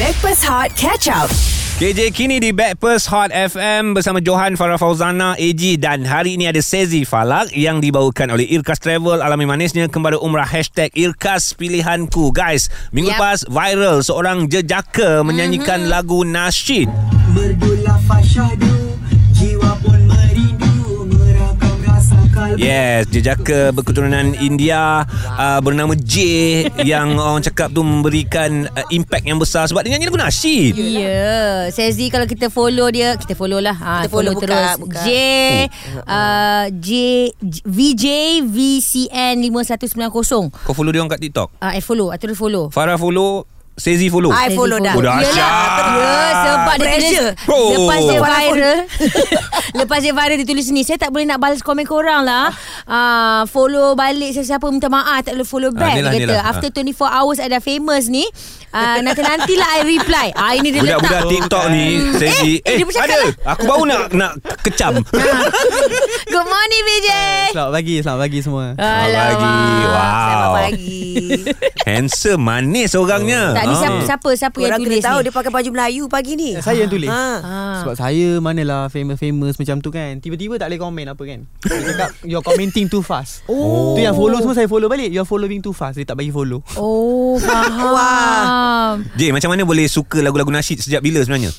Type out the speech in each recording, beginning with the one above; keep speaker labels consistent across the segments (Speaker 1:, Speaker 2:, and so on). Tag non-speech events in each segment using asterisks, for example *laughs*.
Speaker 1: Backpass Hot Catch Up.
Speaker 2: KJ kini di Backpast Hot FM bersama Johan Farah Fauzana, AG dan hari ini ada Sezi Falak yang dibawakan oleh Irkas Travel alami manisnya kembali umrah hashtag Irkas Pilihanku. Guys, minggu yep.
Speaker 3: Yap.
Speaker 2: lepas viral seorang jejaka menyanyikan mm-hmm. lagu nasyid.
Speaker 4: Merdulah fasyadu Jiwa pun merindu Merakam rasa kalbu
Speaker 2: Yes, jejaka berketurunan India uh, bernama *laughs* J yang orang cakap tu memberikan uh, impact yang besar sebab dia nyanyi lagu nasyid.
Speaker 3: Ya, yeah. Sezi kalau kita follow dia, kita follow lah. Ha,
Speaker 5: lah. Kita follow, buka,
Speaker 3: terus.
Speaker 5: buka. Oh.
Speaker 3: J, uh, J, J, VJ, VCN 5190.
Speaker 2: Kau follow dia orang kat TikTok?
Speaker 3: Uh, I follow, I terus follow.
Speaker 2: Farah follow, Sezi follow.
Speaker 5: I
Speaker 3: Sezi
Speaker 5: follow dah.
Speaker 2: Oh, dahsyat.
Speaker 3: Ya, sebab dia
Speaker 5: Pressure.
Speaker 3: tulis Lepas dia
Speaker 2: Oh.
Speaker 3: viral *laughs* Lepas dia viral dia tulis ni Saya tak boleh nak balas komen korang lah uh, Follow balik siapa-siapa Minta maaf tak boleh follow back
Speaker 2: ni lah,
Speaker 3: Dia
Speaker 2: ni
Speaker 3: kata
Speaker 2: lah.
Speaker 3: After 24 hours I dah famous ni uh, Nanti-nantilah I reply ah, Ini dia letak
Speaker 2: Budak-budak TikTok ni Sezi
Speaker 3: eh, dia bercakap Ha.
Speaker 2: ada
Speaker 3: lah.
Speaker 2: Aku baru nak nak
Speaker 3: *laughs*
Speaker 2: kecam
Speaker 3: Good morning VJ
Speaker 6: Selamat pagi, selamat pagi semua.
Speaker 2: Eh, pagi. Wow.
Speaker 5: Selamat
Speaker 3: *laughs*
Speaker 5: pagi.
Speaker 2: Handsome Manis orangnya
Speaker 3: Tak ni siapa
Speaker 2: Ah.
Speaker 3: siapa, siapa yang
Speaker 5: Korang kena
Speaker 3: tulis
Speaker 5: tahu
Speaker 3: ni?
Speaker 5: dia pakai baju Melayu pagi ni.
Speaker 6: Saya yang tulis.
Speaker 5: Ha.
Speaker 3: Ah.
Speaker 6: Sebab saya manalah famous-famous macam tu kan. Tiba-tiba tak boleh komen apa kan. Dia cakap you're commenting too fast.
Speaker 3: Oh.
Speaker 6: Tu yang follow semua saya follow balik. You're following too fast. Dia tak bagi follow.
Speaker 3: *laughs* Oh faham
Speaker 2: Jay macam mana boleh suka lagu-lagu nasyid Sejak bila sebenarnya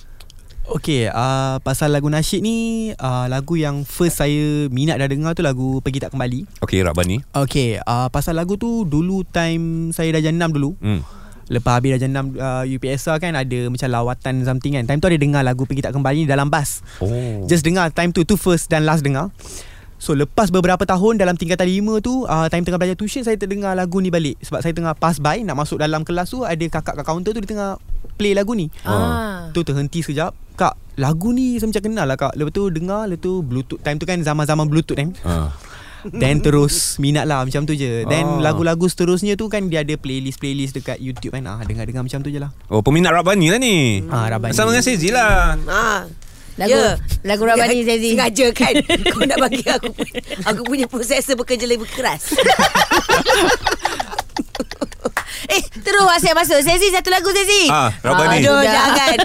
Speaker 6: Okay, uh, pasal lagu nasyid ni, uh, lagu yang first saya minat dah dengar tu lagu Pergi Tak Kembali.
Speaker 2: Okay Rabani
Speaker 6: Okay, uh, pasal lagu tu dulu time saya darjah 6 dulu.
Speaker 2: hmm.
Speaker 6: Lepas habis darjah 6 uh, UPSR kan ada macam lawatan something kan. Time tu ada dengar lagu Pergi Tak Kembali ni dalam bas.
Speaker 2: Oh
Speaker 6: Just dengar time tu Tu first dan last dengar So lepas beberapa tahun Dalam tingkatan lima tu uh, Time tengah belajar tuition Saya terdengar lagu ni balik Sebab saya tengah pass by Nak masuk dalam kelas tu Ada kakak kat kaunter tu Dia tengah play lagu ni
Speaker 3: Ah.
Speaker 6: Tu terhenti sekejap Kak lagu ni Saya macam kenal lah kak Lepas tu dengar Lepas tu bluetooth Time tu kan zaman-zaman bluetooth kan
Speaker 2: Ah.
Speaker 6: *laughs* Then terus minat lah Macam tu je Then
Speaker 2: Ah.
Speaker 6: lagu-lagu seterusnya tu kan Dia ada playlist-playlist dekat YouTube kan ah, Dengar-dengar macam tu je lah
Speaker 2: Oh peminat Rabani lah ni
Speaker 6: Ah, Rabani.
Speaker 2: Sama dengan Sezi lah
Speaker 5: Ha.
Speaker 3: Lagu lagu Rabani
Speaker 5: Sengaja-
Speaker 3: Zezi.
Speaker 5: Sengaja
Speaker 3: *laughs*
Speaker 5: kan Kau nak bagi aku Aku punya prosesor bekerja lebih keras
Speaker 3: Eh terus WhatsApp masuk Zezi satu lagu Zezi
Speaker 2: Ah, Rabani.
Speaker 5: Aduh
Speaker 3: sudah.
Speaker 5: jangan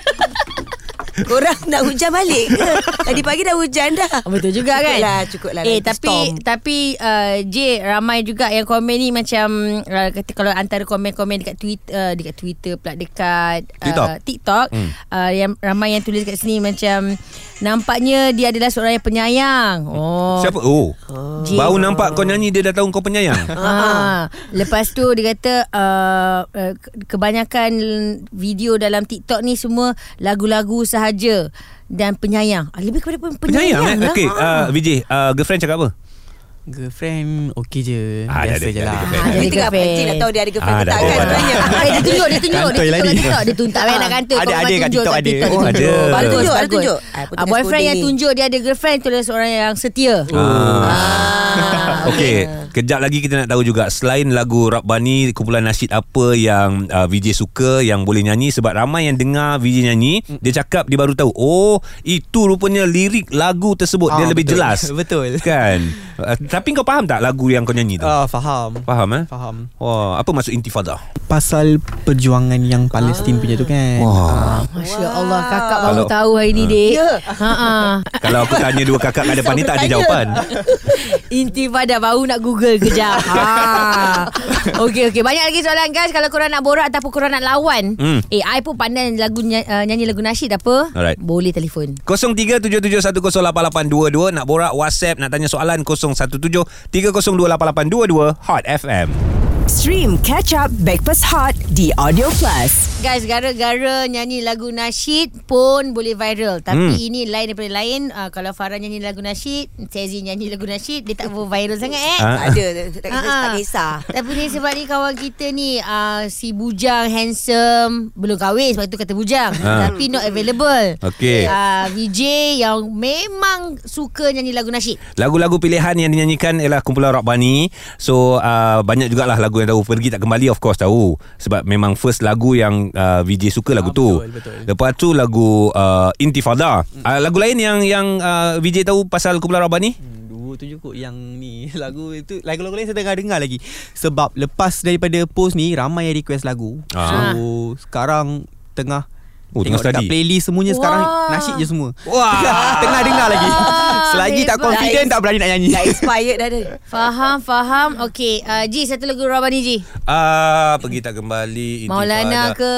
Speaker 5: Korang nak hujan balik ke? Tadi pagi dah hujan dah
Speaker 3: Betul juga
Speaker 5: Cukup
Speaker 3: kan
Speaker 5: lah Cukup lah nanti
Speaker 3: Eh tapi
Speaker 5: storm.
Speaker 3: Tapi uh, J Ramai juga yang komen ni Macam uh, kata Kalau antara komen-komen Dekat Twitter uh, Dekat Twitter pula Dekat
Speaker 2: TikTok.
Speaker 3: uh, TikTok
Speaker 2: Hmm.
Speaker 3: hmm. uh, yang, Ramai yang tulis kat sini Macam Nampaknya dia adalah seorang yang penyayang Oh
Speaker 2: Siapa Oh
Speaker 3: J.
Speaker 2: Baru nampak kau nyanyi Dia dah tahu kau penyayang
Speaker 3: Ah. Lepas tu dia kata uh, uh, kebanyakan video dalam TikTok ni semua lagu-lagu sahaja dan penyayang. Ah, lebih kepada pen- penyayang.
Speaker 2: Penyayang eh
Speaker 3: lah.
Speaker 2: Okay uh, Vijay uh, Girlfriend cakap apa
Speaker 6: Girlfriend okay je
Speaker 2: Ah, dia ada-
Speaker 6: Biasa je
Speaker 2: dia ada
Speaker 6: lah
Speaker 2: girlfriend.
Speaker 3: Ah,
Speaker 5: Dia tengah
Speaker 3: jadi girlfriend.
Speaker 5: pancing Nak tahu dia ada girlfriend
Speaker 2: Ah,
Speaker 5: ke
Speaker 2: dah
Speaker 5: tak kan
Speaker 2: ada girlfriend.
Speaker 5: *laughs* Sebenarnya
Speaker 3: Eh, dia tunjuk, dia tunjuk.
Speaker 6: Kantoi
Speaker 3: dia
Speaker 6: lah
Speaker 3: tunjuk
Speaker 6: ni.
Speaker 3: kat TikTok. Dia tunjuk, tak payah nak kantoi.
Speaker 6: Ada-
Speaker 3: Kau
Speaker 6: ada
Speaker 3: memang
Speaker 6: kat
Speaker 3: tunjuk
Speaker 6: TikTok
Speaker 3: kat
Speaker 6: ada.
Speaker 3: TikTok.
Speaker 2: Oh, ada.
Speaker 3: Baru
Speaker 2: Baru
Speaker 5: tunjuk,
Speaker 3: tunjuk,
Speaker 5: baru tunjuk. Ah,
Speaker 3: Ah,
Speaker 5: potong
Speaker 3: boyfriend
Speaker 5: sepuluh
Speaker 3: yang
Speaker 5: ni.
Speaker 3: tunjuk dia ada girlfriend tu adalah seorang yang setia. Oh,
Speaker 2: Ah. Okey, kejap lagi kita nak tahu juga selain lagu Rabbani kumpulan nasyid apa yang uh, VJ suka yang boleh nyanyi sebab ramai yang dengar VJ nyanyi, dia cakap dia baru tahu, oh, itu rupanya lirik lagu tersebut dia
Speaker 6: Ah,
Speaker 2: lebih
Speaker 6: betul.
Speaker 2: jelas.
Speaker 6: *laughs* Betul.
Speaker 2: Kan? Uh, tapi kau faham tak lagu yang kau nyanyi tu?
Speaker 6: Ah, faham
Speaker 2: Faham eh?
Speaker 6: Faham
Speaker 2: Wah, apa maksud intifada?
Speaker 6: pasal perjuangan yang Palestin punya tu kan.
Speaker 2: Wah.
Speaker 3: Masya Allah Kakak baru
Speaker 2: Kalau-
Speaker 3: tahu hari ni dek Ya ha *laughs*
Speaker 2: Kalau aku tanya dua kakak
Speaker 6: *laughs*
Speaker 2: kat depan ni tak ada
Speaker 5: Bertanya.
Speaker 2: jawapan.
Speaker 3: Intifada baru nak google kejap. ha. Okey okey banyak lagi soalan guys kalau korang nak borak ataupun korang nak lawan.
Speaker 2: Hmm.
Speaker 3: Eh I pun pandai lagu ny- uh, nyanyi lagu nasyid apa.
Speaker 2: Alright.
Speaker 3: Boleh telefon.
Speaker 2: 0377108822 nak borak WhatsApp nak tanya soalan 0173028822 Hot FM.
Speaker 1: Stream Catch Up Backpass Hot di Audio Plus.
Speaker 3: Guys gara-gara nyanyi lagu nasyid pun boleh viral tapi hmm. ini lain daripada lain uh, kalau Farah nyanyi lagu nasyid, Sezi nyanyi lagu nasyid dia tak viral sangat eh.
Speaker 5: Tak
Speaker 2: Ah.
Speaker 5: ada Tak kisah,
Speaker 3: Ah,
Speaker 5: tak
Speaker 3: ah.
Speaker 6: *laughs*
Speaker 5: kisah
Speaker 3: *laughs* Tapi ni sebab ni kawan kita ni uh, Si Bujang handsome Belum kahwin sebab tu kata Bujang
Speaker 2: Ah.
Speaker 3: Tapi not available
Speaker 2: Okey.
Speaker 3: uh, VJ yang memang suka nyanyi lagu nasyid
Speaker 2: Lagu-lagu pilihan yang dinyanyikan ialah kumpulan Rabbani. So uh, banyak jugalah lagu yang tahu pergi tak kembali of course tahu sebab memang first lagu yang uh, VJ suka lagu
Speaker 6: Ah,
Speaker 2: tu.
Speaker 6: betul, Hmm. betul.
Speaker 2: Lepas tu lagu uh, Intifada. Uh, lagu lain yang yang uh, VJ tahu pasal kumpulan Rabbani?
Speaker 6: Dua tu je kot yang ni *laughs* lagu itu lagu-lagu lain saya tengah dengar lagi sebab lepas daripada post ni ramai yang request lagu.
Speaker 2: Ah.
Speaker 6: So sekarang tengah
Speaker 2: Oh, tengah
Speaker 6: Tengok dekat
Speaker 2: study.
Speaker 6: playlist semuanya
Speaker 3: Wah.
Speaker 6: Sekarang nasi je semua
Speaker 2: Wah.
Speaker 6: Tengah, *laughs* tengah dengar lagi Selagi tak
Speaker 3: hebat.
Speaker 6: confident Tak berani nak nyanyi
Speaker 5: Dah expired dah dia
Speaker 3: Faham, faham. Okey, uh, Ji satu lagu Rabani Ji.
Speaker 2: Ah, pergi tak kembali Intifada.
Speaker 3: Maulana ke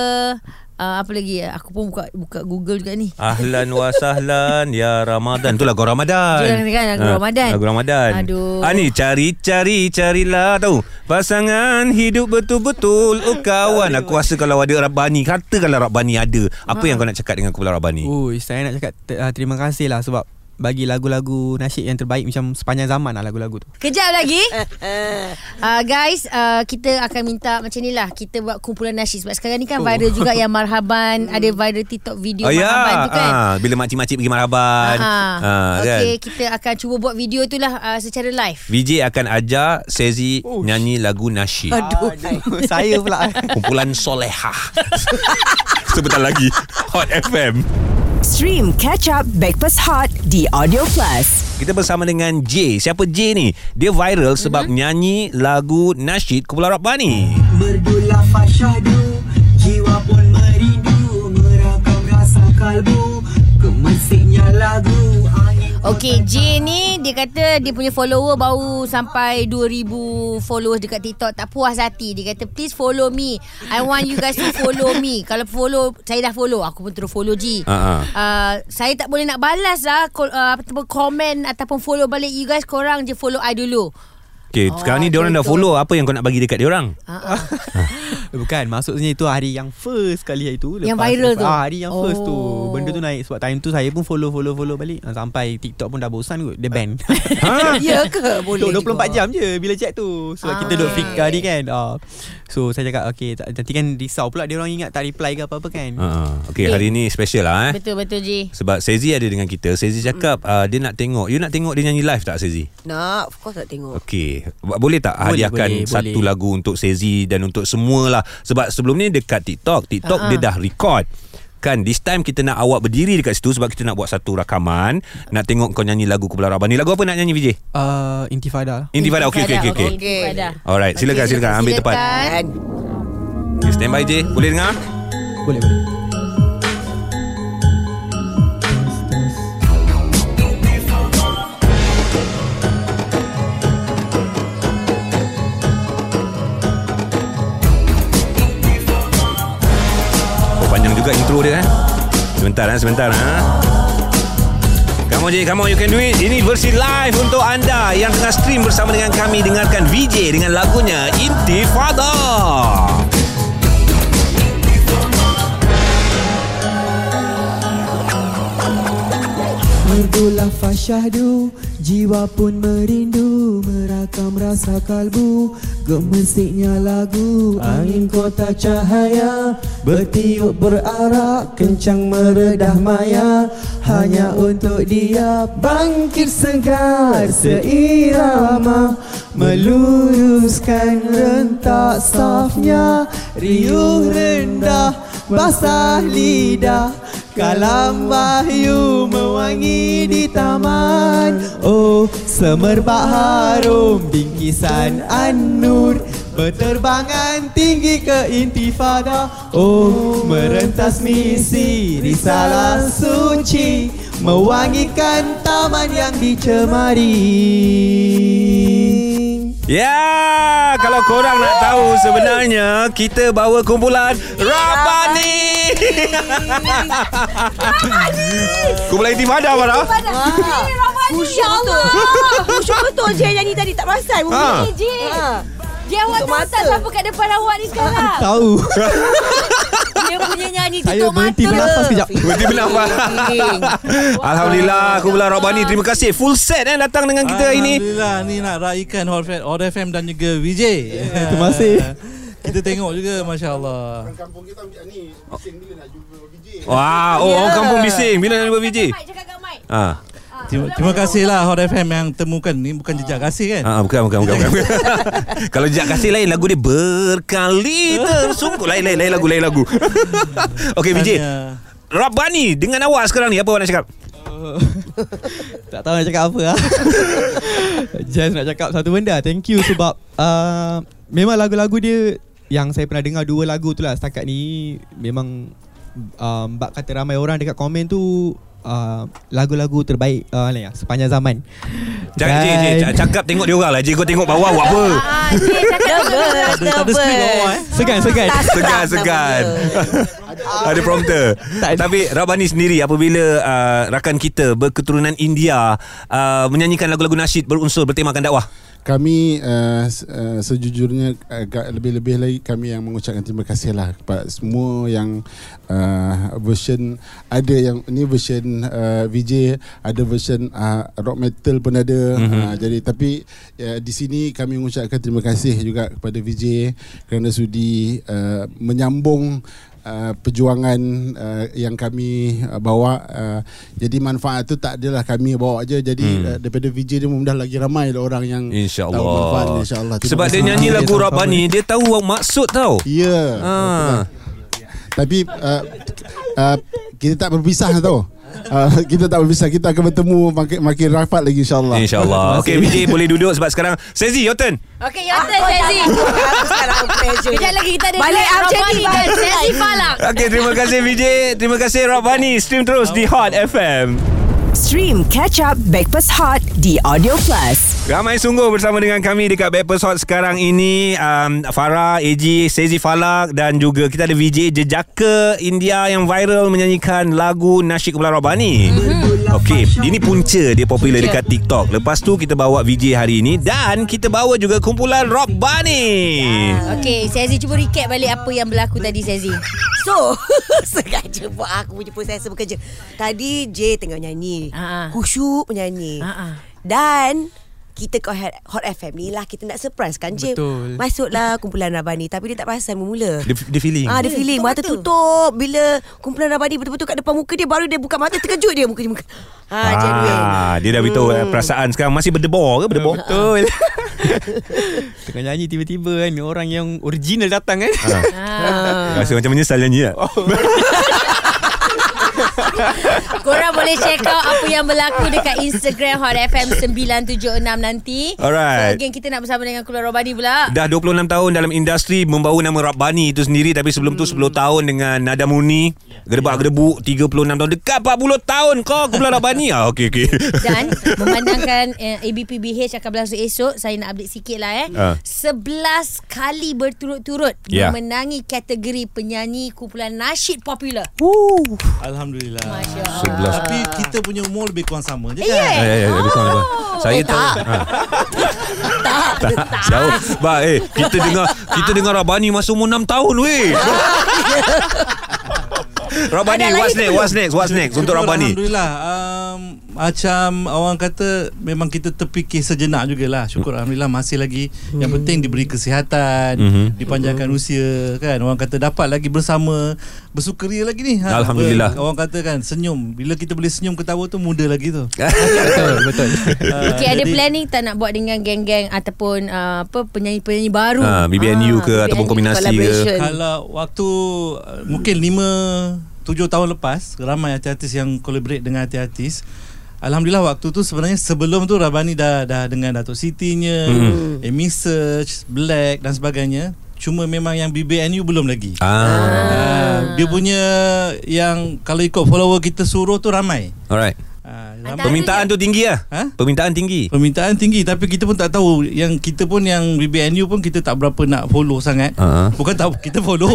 Speaker 3: uh, apa lagi? Aku pun buka buka Google juga ni.
Speaker 2: Ahlan wa sahlan ya Ramadan. Itulah lagu Ramadan.
Speaker 3: Itulah kan lagu
Speaker 2: Ah,
Speaker 3: Ramadan.
Speaker 2: Lagu Ramadan.
Speaker 3: Aduh.
Speaker 2: Ah ni cari cari carilah tahu. Pasangan hidup betul-betul oh kawan. Aku rasa kalau ada Rabbani, katakanlah Rabbani ada.
Speaker 3: Ha.
Speaker 2: Apa yang kau nak cakap dengan kumpulan
Speaker 3: Oh.
Speaker 2: Rabbani?
Speaker 6: *laughs* Ui, saya nak cakap te- ah, terima kasih lah sebab bagi lagu-lagu nasyid yang terbaik macam sepanjang zaman lah lagu-lagu tu.
Speaker 3: Kejap lagi.
Speaker 5: Ah.
Speaker 3: Uh, guys, uh, kita akan minta macam ni lah. Kita buat kumpulan nasyid. Sebab sekarang ni kan viral juga yang Marhaban.
Speaker 2: *laughs*
Speaker 3: Ada viral TikTok video
Speaker 2: Oh, ya.
Speaker 3: Marhaban tu kan.
Speaker 2: Ah, bila makcik-makcik pergi Marhaban. Ah, kan?
Speaker 3: okay, kita akan cuba buat video tu lah uh, secara live.
Speaker 2: VJ akan ajar Sezi nyanyi lagu nasyid.
Speaker 6: *laughs*
Speaker 5: Aduh
Speaker 6: saya pula.
Speaker 2: Kumpulan Solehah. *laughs* Sebentar lagi Hot FM.
Speaker 1: Stream Catch Up Backpass Hot di Audio Plus.
Speaker 2: Kita bersama dengan J. Siapa J ni? Dia viral sebab
Speaker 6: Mhm.
Speaker 2: mm-hmm. nyanyi lagu nasyid Kumpulan Rabbani.
Speaker 4: Merdulah fasyadu Jiwa pun merindu Merakam rasa kalbu Kemesiknya lagu Angin
Speaker 3: Okay, J ni dia kata dia punya follower baru sampai 2,000 followers dekat TikTok. Tak puas hati. Dia kata, please follow me. I want you guys to follow me. *laughs* Kalau follow, saya dah follow. Aku pun terus follow J.
Speaker 2: Ha, ha.
Speaker 3: Uh, saya tak boleh nak balas lah call, uh, ataupun komen ataupun follow balik you guys. Korang je follow I dulu.
Speaker 2: Okay, oh,
Speaker 3: Oh,
Speaker 2: sekarang ni dia orang dah
Speaker 3: betul.
Speaker 2: follow. Apa yang kau nak bagi dekat dia orang?
Speaker 3: Uh-uh.
Speaker 6: *laughs* Bukan, maksudnya itu hari yang first kali hari tu.
Speaker 3: Yang viral tu?
Speaker 6: Ah, hari yang oh. first tu.
Speaker 3: Oh.
Speaker 6: Benda tu naik sebab time tu saya pun follow follow follow balik. Ah, Sampai TikTok pun dah bosan kot. Dia
Speaker 3: *laughs*
Speaker 6: ban. *laughs*
Speaker 5: Ya ke boleh
Speaker 6: Ha? Duduk 24
Speaker 5: juga.
Speaker 6: jam je bila chat tu. Sebab kita
Speaker 3: Ah.
Speaker 6: duduk fikir ni kan. Ah. So saya cakap okay, tak- nanti kan risau pula dia orang ingat tak reply ke apa-apa kan.
Speaker 2: Ha, ha. Okay, hari ni special lah eh.
Speaker 3: Betul-betul J.
Speaker 2: Sebab Sezi ada dengan kita. Sezi cakap
Speaker 6: Mm.
Speaker 2: uh, dia nak tengok. You nak tengok dia nyanyi live tak Sezi?
Speaker 5: Nak Of course nak tengok
Speaker 2: Okey, Ba- boleh tak
Speaker 6: Boleh,
Speaker 2: hadiahkan
Speaker 6: boleh,
Speaker 2: satu
Speaker 6: boleh.
Speaker 2: lagu untuk Sezi dan untuk semualah sebab sebelum ni dekat TikTok, TikTok uh-huh. dia
Speaker 6: Ah.
Speaker 2: dah record. Kan this time kita nak awak berdiri dekat situ sebab kita nak buat satu rakaman, nak tengok kau nyanyi lagu Kumpulan Rabani. Lagu apa nak nyanyi Vijay?
Speaker 6: Ah, Intifada lah.
Speaker 2: Intifada. Okey okey okey okey.
Speaker 3: okay. Intifada.
Speaker 2: Alright, silakan
Speaker 3: Okey,
Speaker 2: silakan ambil tempat.
Speaker 5: Kan?
Speaker 3: silakan.
Speaker 2: Okay, stand by J. Boleh dengar?
Speaker 6: Boleh boleh.
Speaker 2: Oh, panjang juga intro dia eh. Sebentar eh, sebentar ha. Come on J, come on you can do it. Ini versi live untuk anda yang tengah stream bersama dengan kami dengarkan VJ dengan lagunya Intifada.
Speaker 4: Merdulah fasyahdu Jiwa pun merindu Merakam rasa kalbu Gemesiknya lagu Angin kota cahaya Bertiup berarak Kencang meredah maya Hanya untuk dia Bangkit segar Seirama Meluruskan rentak safnya Riuh rendah Basah lidah Kalam wahyu mewangi di taman Oh semerbak harum bingkisan An-Nur Berterbangan tinggi ke intifada Oh merentas misi risalah suci Mewangikan taman yang dicemari
Speaker 2: Ya, yeah, kalau korang nak tahu sebenarnya kita bawa kumpulan Rabani. *laughs* kumpulan Intifada Farah.
Speaker 5: Wah.
Speaker 3: ya
Speaker 5: Khusyuk betul Khusyuk betul je yang nyanyi tadi Tak perasan mungkin
Speaker 2: Ha.
Speaker 5: ni je ha.
Speaker 3: Dia awak
Speaker 5: Tutup
Speaker 3: tak
Speaker 5: mata.
Speaker 3: atas siapa kat depan awak ni sekarang.
Speaker 6: Tahu.
Speaker 3: Dia punya nyanyi
Speaker 6: saya
Speaker 3: tutup
Speaker 6: berhenti bernafas
Speaker 3: mata.
Speaker 6: kejap.
Speaker 2: Berhenti bernafas Alhamdulillah Kumpulan Rabbani Terima kasih Full set eh Datang dengan kita hari ini
Speaker 7: Alhamdulillah ni nak raikan Hot FM, Hot FM dan juga VJ.
Speaker 6: terima kasih.
Speaker 7: *laughs* Kita tengok juga masya-Allah.
Speaker 2: Wah Oh orang kampung bising Bila nak jumpa VJ
Speaker 3: Mic, cakap kat mic.
Speaker 2: Ah,
Speaker 7: Terima, terima kasihlah Hot FM yang temukan ni bukan jejak kasih kan.
Speaker 2: ah, bukan, bukan, bukan, bukan. *laughs* Kalau jejak kasih lain lagu dia berkali tersungguh lain lain lain lagu lain lagu. *laughs* Okey VJ.
Speaker 7: Tanya.
Speaker 2: Rabbani dengan awak sekarang ni apa awak nak cakap?
Speaker 6: *laughs* Tak tahu nak cakap apa lah. Just nak cakap satu benda Thank you sebab uh, Memang lagu-lagu dia Yang saya pernah dengar dua lagu tu lah Setakat ni Memang um, Bak kata ramai orang dekat komen tu uh, Lagu-lagu terbaik uh, lah ya, sepanjang zaman
Speaker 2: Cakap, Cik, Cik,
Speaker 6: Dan-
Speaker 2: cak-
Speaker 6: *laughs*
Speaker 2: cakap tengok dia orang lah. Cik, kau tengok bawah buat apa?
Speaker 3: Ah, Cik cakap
Speaker 5: Double
Speaker 7: double screen bawah, eh.
Speaker 6: Segan, segan
Speaker 2: Segan-segan Ada prompter *laughs* Tapi Rabani sendiri Apabila uh, Rakan kita Berketurunan India uh, Menyanyikan lagu-lagu nasyid Berunsur bertemakan dakwah
Speaker 8: Kami uh, s- uh, sejujurnya agak lebih-lebih lagi kami yang mengucapkan terima kasih lah kepada semua yang uh, version ada yang ni version uh, VJ ada version uh, rock metal pun ada mm-hmm. uh, jadi tapi uh, di sini kami mengucapkan terima kasih juga kepada VJ kerana sudi uh, menyambung uh, perjuangan uh, yang kami uh, bawa uh, jadi manfaat tu tak adalah kami bawa aja jadi hmm. uh, daripada VJ ni mudah lagi ramai lah orang yang
Speaker 2: InsyaAllah
Speaker 8: tahu manfaat ni, insyaallah Terima
Speaker 2: Sebab dia
Speaker 8: kasih.
Speaker 2: nyanyi lah.
Speaker 6: Dia
Speaker 2: lagu
Speaker 6: tahu
Speaker 2: Rabani Dia tahu maksud tau
Speaker 8: ya yeah, betul
Speaker 2: Ah.
Speaker 8: lah. tapi uh, uh, kita tak berpisah tau uh, kita tak berpisah kita akan bertemu makin, makin rapat lagi insyaallah
Speaker 2: InsyaAllah Okay Vijay boleh duduk Sebab sekarang Sezi your turn
Speaker 3: Okay your turn Sezi
Speaker 6: *laughs*
Speaker 3: Kejap lagi kita ada
Speaker 5: Balik
Speaker 3: duet
Speaker 5: Abjadi,
Speaker 3: Rabani
Speaker 5: balik.
Speaker 3: dan Sezi Falak
Speaker 2: Okay terima kasih Vijay Terima kasih Rabani Stream terus di Hot FM
Speaker 1: Stream Catch Up Backpass Hot di Audio Plus.
Speaker 2: Ramai sungguh bersama dengan kami dekat Backpast Hot sekarang ini um, Farah, AJ, Sezi Falak dan juga kita ada VJ Jejaka India yang viral menyanyikan lagu Nasyid Kumpulan Rabani mm-hmm. Okey, ini punca dia popular dekat TikTok Lepas tu kita bawa VJ hari ini dan kita bawa juga kumpulan Rabani
Speaker 3: Okay Sezi cuba recap balik Apa yang berlaku tadi Sezi
Speaker 5: So *laughs* Sengaja buat aku punya proses bekerja Tadi J tengah nyanyi
Speaker 3: Ah, ah.
Speaker 5: Khusyuk menyanyi
Speaker 3: Ah, ah.
Speaker 5: Dan kita kat Hot- Hot FM ni lah Kita nak surprise kan J
Speaker 6: Betul.
Speaker 5: Masuklah kumpulan Rabani Tapi dia tak perasan mula
Speaker 2: Dia, dia feeling
Speaker 5: Ah,
Speaker 3: Hmm,
Speaker 5: dia feeling mata tutup bila kumpulan Rabani betul-betul kat depan muka dia baru dia buka mata terkejut dia muka dia muka. Ha, ah, genuine.
Speaker 2: Ah, dia dah beritahu hmm. perasaan sekarang masih berdebar ke berdebar?
Speaker 6: Betul *laughs* Tengah nyanyi tiba-tiba kan Orang yang original datang kan
Speaker 3: ah.
Speaker 2: Rasa macam menyesal nyanyi eh? tak?
Speaker 3: Korang boleh check out Apa yang berlaku Dekat Instagram Hot FM 976 nanti
Speaker 2: Alright.
Speaker 3: So again kita nak bersama Dengan Kulon Robani pula
Speaker 2: Dah 26 tahun dalam industri Membawa nama Rabbani itu sendiri Tapi sebelum tu 10 tahun dengan Nada Murni Gedebak-gedebuk 36 tahun Dekat 40 tahun kau Kumpulan Rabbani ah, Okey okey
Speaker 3: Dan memandangkan eh, ABPBH akan berlangsung esok Saya nak update sikit lah eh
Speaker 2: Ah.
Speaker 3: 11 kali berturut-turut
Speaker 2: Ya.
Speaker 3: Memenangi kategori penyanyi kumpulan nasyid popular
Speaker 7: Alhamdulillah.
Speaker 3: Masya Allah.
Speaker 2: Sebelas.
Speaker 7: Tapi kita punya umur lebih kurang sama je
Speaker 3: Eh, ya,
Speaker 7: kan.
Speaker 2: Eh, eh, eh, lebih kurang, lebih kurang. Saya
Speaker 5: Eh,
Speaker 2: tahu
Speaker 5: tak.
Speaker 2: ha. tak, tak. Jauh Ba, eh, Kita dengar Kita dengar Rabbani Masa umur 6 tahun weh Rabbani
Speaker 5: Ada lagi
Speaker 2: what's
Speaker 5: tu
Speaker 2: next,
Speaker 5: belum?
Speaker 2: what's next What's next Untuk
Speaker 7: Syukur,
Speaker 2: Rabbani
Speaker 7: Alhamdulillah um, Macam orang kata Memang kita terfikir sejenak jugalah Syukur
Speaker 2: Hmm.
Speaker 7: Alhamdulillah masih lagi Yang penting diberi kesihatan
Speaker 2: Mhm.
Speaker 7: Dipanjangkan usia kan Orang kata dapat lagi bersama Bersukaria lagi ni
Speaker 2: Alhamdulillah.
Speaker 7: Ber- Orang kata kan senyum Bila kita boleh senyum ketawa tu Muda lagi
Speaker 2: *laughs*
Speaker 7: tu Ah,
Speaker 6: Betul Betul
Speaker 3: Okay,
Speaker 2: Ah,
Speaker 3: ada planning tak nak buat dengan geng-geng ataupun uh, apa penyanyi-penyanyi baru?
Speaker 2: Ah, BBNU ke ataupun kombinasi ke?
Speaker 3: collaboration.
Speaker 7: Kalau waktu uh, mungkin 5 7 tahun lepas ramai artis-artis yang collaborate dengan artis-artis. Alhamdulillah waktu tu sebenarnya sebelum tu Rabani dah dah dengan Datuk Siti-nya, hmm. Amy Search, Black dan sebagainya. Cuma memang yang BBNU belum lagi.
Speaker 2: *laughs* Ah,
Speaker 7: Ah. dia punya yang kalau ikut follower kita suruh tu ramai.
Speaker 2: Alright
Speaker 7: Ah,
Speaker 3: Antara-
Speaker 2: Permintaan tu tinggi lah
Speaker 7: Ha?
Speaker 2: Permintaan tinggi
Speaker 7: Permintaan tinggi tapi kita pun tak tahu yang kita pun yang BBNU pun kita tak berapa nak follow sangat.
Speaker 2: Ah.
Speaker 7: Bukan tak kita follow.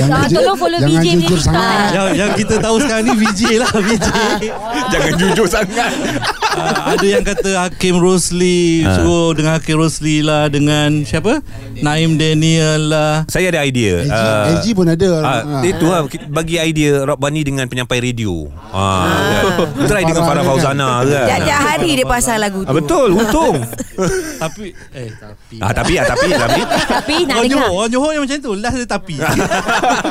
Speaker 3: Ah,
Speaker 8: jujur-
Speaker 3: tolong follow
Speaker 8: jangan
Speaker 3: BJ
Speaker 8: jujur
Speaker 3: please.
Speaker 8: sangat
Speaker 3: Ah.
Speaker 7: yang, yang kita tahu sekarang ni VJ lah VJ
Speaker 2: *laughs* Jangan jujur *laughs* sangat
Speaker 7: uh, Ada yang kata Hakim Rosli
Speaker 2: Ha.
Speaker 7: Suruh dengan Hakim Rosli lah Dengan siapa? Naim Daniel lah
Speaker 2: Saya ada idea.
Speaker 8: AG, AG pun ada
Speaker 2: Ah,
Speaker 8: Ah.
Speaker 2: itu lah ki- bagi idea Rob Bunny dengan penyampai radio. Ah, kan. try dengan Farah
Speaker 8: Farah
Speaker 2: Fauzana kan.
Speaker 5: Tiap-tiap hari dia pasang lagu tu.
Speaker 2: Ah, betul, *laughs* untung.
Speaker 7: Tapi Eh tapi
Speaker 2: ah, tapi ah, tapi tapi
Speaker 3: Tapi nak dengar.
Speaker 7: Orang Johor Orang Johor yang macam tu Last dia tapi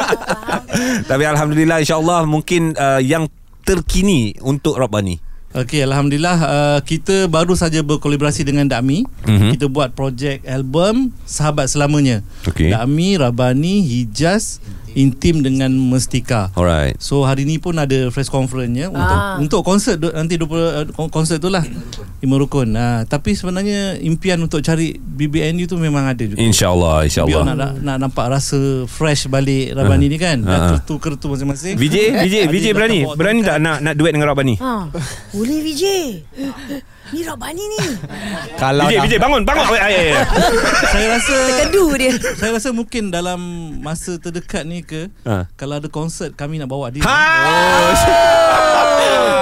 Speaker 2: *laughs* tapi alhamdulillah insyaallah mungkin uh, yang terkini untuk Rob Bunny.
Speaker 7: Okey Alhamdulillah uh, Kita baru saja berkolaborasi dengan Dakmi
Speaker 2: Mhm.
Speaker 7: mm-hmm. Kita buat projek album Sahabat Selamanya
Speaker 2: Okey.
Speaker 7: Dakmi, Rabani, Hijaz intim dengan Mestika.
Speaker 2: Alright.
Speaker 7: So hari ni pun ada press conference ya untuk
Speaker 3: Ah.
Speaker 7: untuk konsert du- nanti 20 uh, konsert tu lah Lima Rukun. Ah tapi sebenarnya impian untuk cari BBNU tu memang ada juga.
Speaker 2: InsyaAllah InsyaAllah
Speaker 7: Biar nak, nak, nak nampak rasa fresh balik
Speaker 2: Ah.
Speaker 7: Rabani ni kan.
Speaker 2: Ah.
Speaker 7: Dah kertu-kertu masing-masing.
Speaker 2: VJ VJ VJ berani Berani tak nak nak duet dengan Rabani
Speaker 3: Ha. Boleh VJ. Ni Rabani ni.
Speaker 6: Kalau
Speaker 2: VJ
Speaker 6: dah-
Speaker 2: VJ bangun Bangun Ay, ay, ay.
Speaker 7: Saya rasa
Speaker 5: Kedu dia
Speaker 7: saya rasa mungkin dalam masa terdekat ni ke
Speaker 2: Ah.
Speaker 7: kalau ada konsert kami nak bawa dia.
Speaker 2: Ha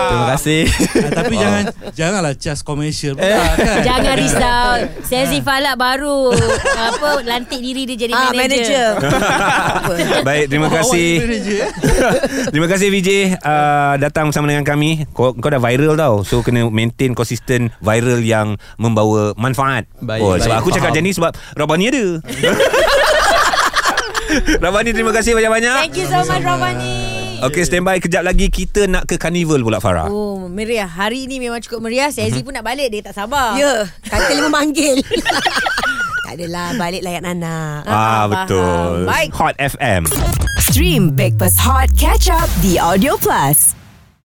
Speaker 6: Terima *laughs* kasih
Speaker 7: Ah, tapi jangan janganlah cas komersial pula
Speaker 2: Eh.
Speaker 7: kan. Ah.
Speaker 3: Jangan risau. Sezifah lah
Speaker 7: *laughs*
Speaker 3: baru apa lantik diri dia jadi
Speaker 5: Ah,
Speaker 3: manager.
Speaker 5: manager
Speaker 2: *laughs* *laughs* Baik terima
Speaker 7: Awak
Speaker 2: kasih
Speaker 7: ni manager, eh?
Speaker 2: *laughs* Terima kasih VJ uh, Datang bersama dengan kami kau, kau dah viral tau So kena maintain konsisten Viral yang Membawa manfaat
Speaker 6: Baik,
Speaker 2: oh,
Speaker 6: baik,
Speaker 2: Sebab aku cakap
Speaker 6: faham.
Speaker 2: macam ni Sebab Rabani ada *laughs* Rabani terima kasih banyak-banyak
Speaker 3: Thank you so much Rabani.
Speaker 2: Okay stand by Kejap lagi kita nak ke carnival pula Farah
Speaker 3: Oh meriah Hari ni memang cukup meriah Sezi
Speaker 2: Mhm.
Speaker 3: pun nak balik Dia tak sabar
Speaker 5: Ya Kata lima manggil Tak adalah Balik layan anak
Speaker 2: Ah
Speaker 3: faham.
Speaker 2: betul
Speaker 3: Baik.
Speaker 2: Hot FM
Speaker 1: Stream Breakfast Hot Catch Up The Audio Plus.